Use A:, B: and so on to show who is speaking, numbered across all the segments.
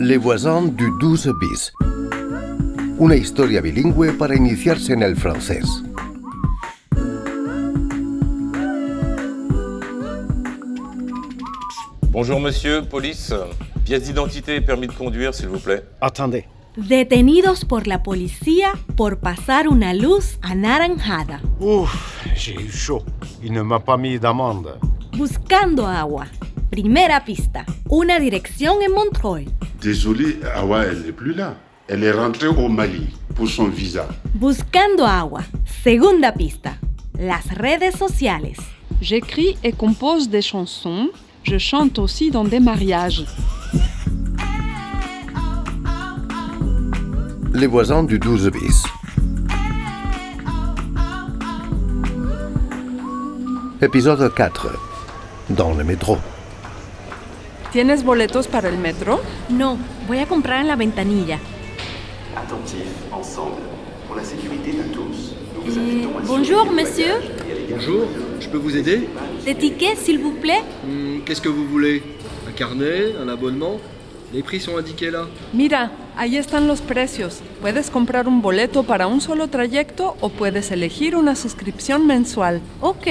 A: Les voisins du 12 bis. Una historia bilingüe para iniciarse en el francés.
B: Bonjour monsieur, police. Pièce d'identité et permis de conduire, s'il vous plaît.
C: Attendez.
D: Detenidos por la policía por pasar una luz anaranjada.
C: Ouf, j'ai eu chaud. Il ne m'a pas mis d'amende.
D: Buscando agua. Primera pista. Una dirección en Montreuil.
E: Désolé, Awa, elle n'est plus là. Elle est rentrée au Mali pour son visa.
D: Buscando agua. Segunda pista. Las redes sociales.
F: J'écris et compose des chansons. Je chante aussi dans des mariages.
A: Les voisins du 12 bis. Épisode 4. Dans le métro.
F: ¿Tienes boletos para el metro?
D: No, voy a comprar en la ventanilla.
G: Attentifs, ensemble, pour la sécurité de tous. Nous vous
D: Eh,
G: invitons à
D: bonjour, monsieur.
H: Bonjour, je peux vous aider
D: De ticket, s'il vous plaît.
H: Hmm, Qu'est-ce que vous voulez Un carnet Un abonnement Les prix sont indiqués là.
F: Mira, ahí están los precios. Puedes comprar un boleto para un solo trayecto o puedes elegir una suscripción mensual.
D: Ok.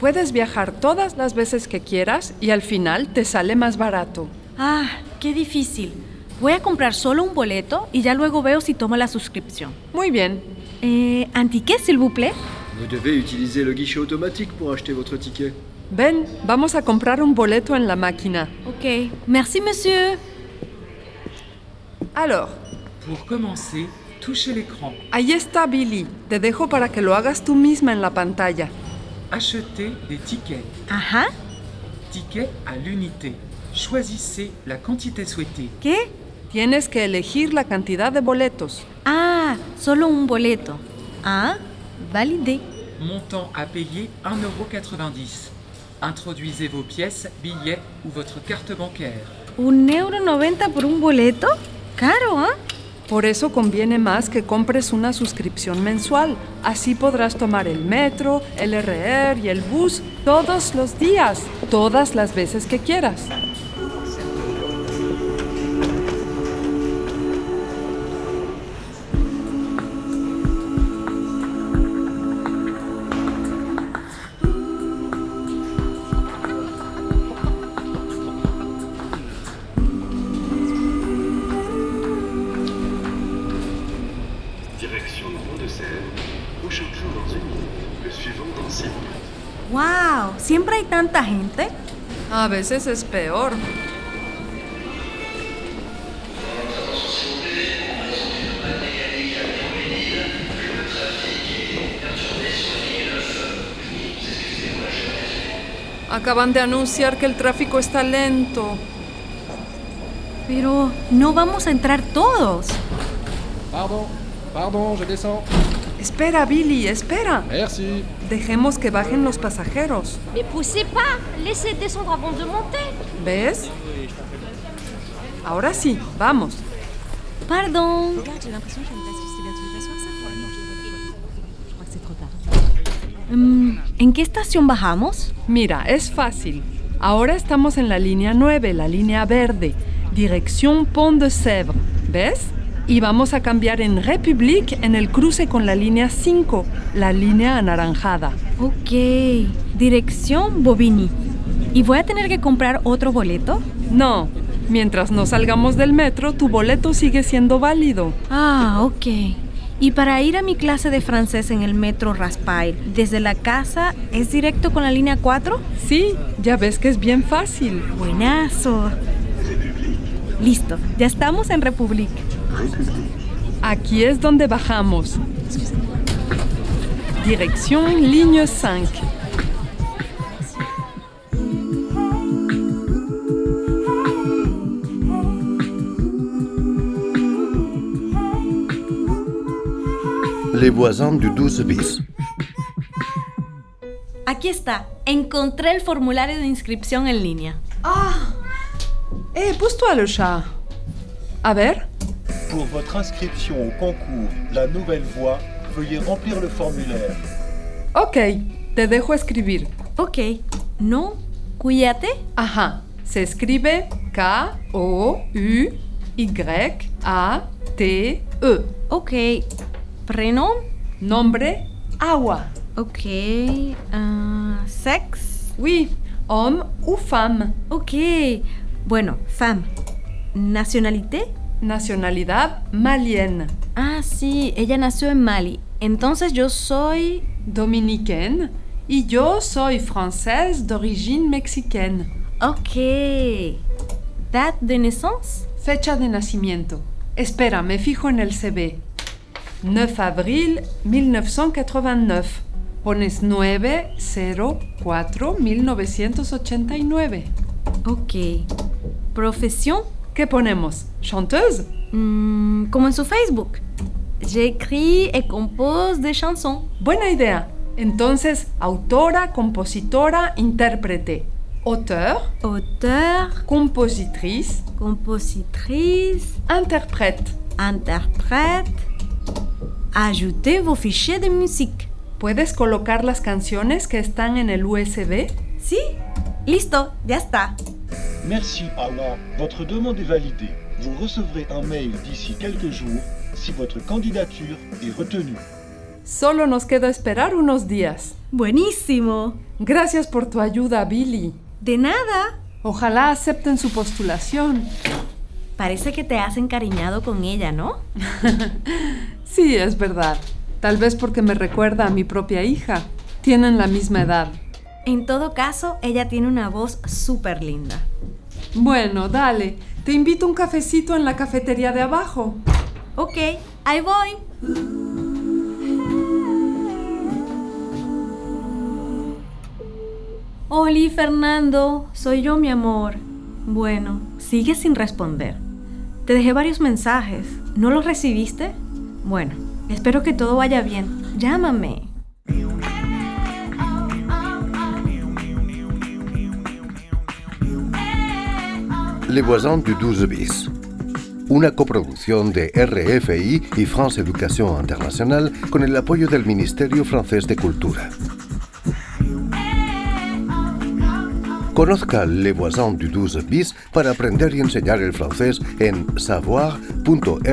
F: Puedes viajar todas las veces que quieras y al final te sale más barato.
D: Ah, qué difícil. Voy a comprar solo un boleto y ya luego veo si tomo la suscripción.
F: Muy bien.
D: Eh, un ticket, s'il vous plaît.
H: Vous devez utiliser le guichet automatique pour acheter votre ticket.
F: Ven, vamos a comprar un boleto en la máquina.
D: Ok. Merci, monsieur.
F: Alors,
I: Pour commencer, touchez l'écran.
F: ahí está Billy. Te dejo para que lo hagas tú misma en la pantalla.
I: Achetez des tickets.
D: Ajá.
I: Tickets à l'unité. Choisissez la quantité souhaitée.
D: ¿Qué?
F: Tienes que elegir la cantidad de boletos.
D: Ah, solo un boleto. Ah, validé.
I: Montant à payer 1,90€. Introduisez vos pièces, billets ou votre carte bancaire.
D: ¿Un euro noventa por un boleto? Caro, ¿ah?
F: Por eso conviene más que compres una suscripción mensual. Así podrás tomar el metro, el RR y el bus todos los días, todas las veces que quieras.
G: Direction de Mont de Seine, prochain train dans une minute, le suivant dans six minutes.
D: ¡Wow! ¿Siempre hay tanta gente?
F: A veces es peor. Acaban de anunciar que el tráfico está lento.
D: Pero no vamos a entrar todos.
J: Pardon, pardon, je descends.
F: Espera, Billy, espera.
J: Merci.
F: Dejemos que bajen los pasajeros.
K: Mais poussez pas Laissez descendre avant de monter
F: ¿Ves? Ahora sí, vamos.
D: Pardon. Mm, ¿En qué estación bajamos?
F: Mira, es fácil. Ahora estamos en la línea 9, la línea verde, dirección Pont de Sèvres. ¿Ves? Y vamos a cambiar en République en el cruce con la línea 5, la línea anaranjada.
D: Ok. Dirección Bobini. ¿Y voy a tener que comprar otro boleto?
F: No, mientras no salgamos del metro, tu boleto sigue siendo válido.
D: Ah, ok. Y para ir a mi clase de francés en el metro Raspail, desde la casa, ¿es directo con la línea 4?
F: Sí, ya ves que es bien fácil.
D: Buenazo. Listo, ya estamos en Republic.
F: Aquí es donde bajamos. Dirección línea 5.
A: Les voisins du 12 bis.
D: Aquí está. Encontré el formulario de inscripción en línea.
F: Eh, puesto al chat. A ver,
L: Pour votre inscription au concours La Nouvelle Voie, veuillez remplir le formulaire.
F: ok, te dejo escribir.
D: Ok. No, cuídate.
F: Ajá, se escribe K-O-U Y-A-T-E.
D: Ok. Prénom
F: Nombre Awa.
D: Ok. euh, sexe
F: Oui. Homme ou femme
D: Ok. Bueno, femme. Nationalité
F: Nationalidad malienne.
D: Ah, sí, ella nació en Mali. Entonces yo soy...
F: Dominicaine. Y yo soy française d'origine mexicaine.
D: Ok. Date de naissance
F: Fecha de nacimiento. Espera, me fijo en el CV. 9 abril 1989. Pones 904 1989.
D: Ok. Profesión
F: ¿Qué ponemos? ¿Chanteuse?
D: Mm, como en su Facebook. J'écris et compose des chansons.
F: Buena idea. Entonces, autora, compositora, intérprete. Auteur,
D: Auteur,
F: compositrice,
D: compositrice,
F: interprète.
D: interprète. Ajoutez vos fichiers de musique.
F: ¿Puedes colocar las canciones que están en el USB?
D: Si? Listo, ya está.
L: Merci Awa, votre demande est validée. Vous recevrez un mail d'ici quelques jours si votre candidature est retenue.
F: Solo nos queda esperar unos días.
D: Buenísimo.
F: Gracias por tu ayuda, Billy.
D: De nada.
F: Ojalá acepten su postulación.
D: Parece que te has encariñado con ella, ¿no?
F: Sí, es verdad. Tal vez porque me recuerda a mi propia hija. Tienen la misma edad.
D: En todo caso, ella tiene una voz súper linda.
F: Bueno, dale. Te invito un cafecito en la cafetería de abajo.
D: Ok, ahí voy. Oli, Fernando, soy yo, mi amor. Bueno, sigue sin responder. Te dejé varios mensajes. ¿No los recibiste? Bueno, espero que todo vaya bien. Llámame.
A: Les voisins du 12 bis. Una coproducción de RFI y France Education International con el apoyo del Ministerio francés de Cultura. Conozca Les voisins du 12 bis para aprender y enseñar el francés en savoir.rfi.fr.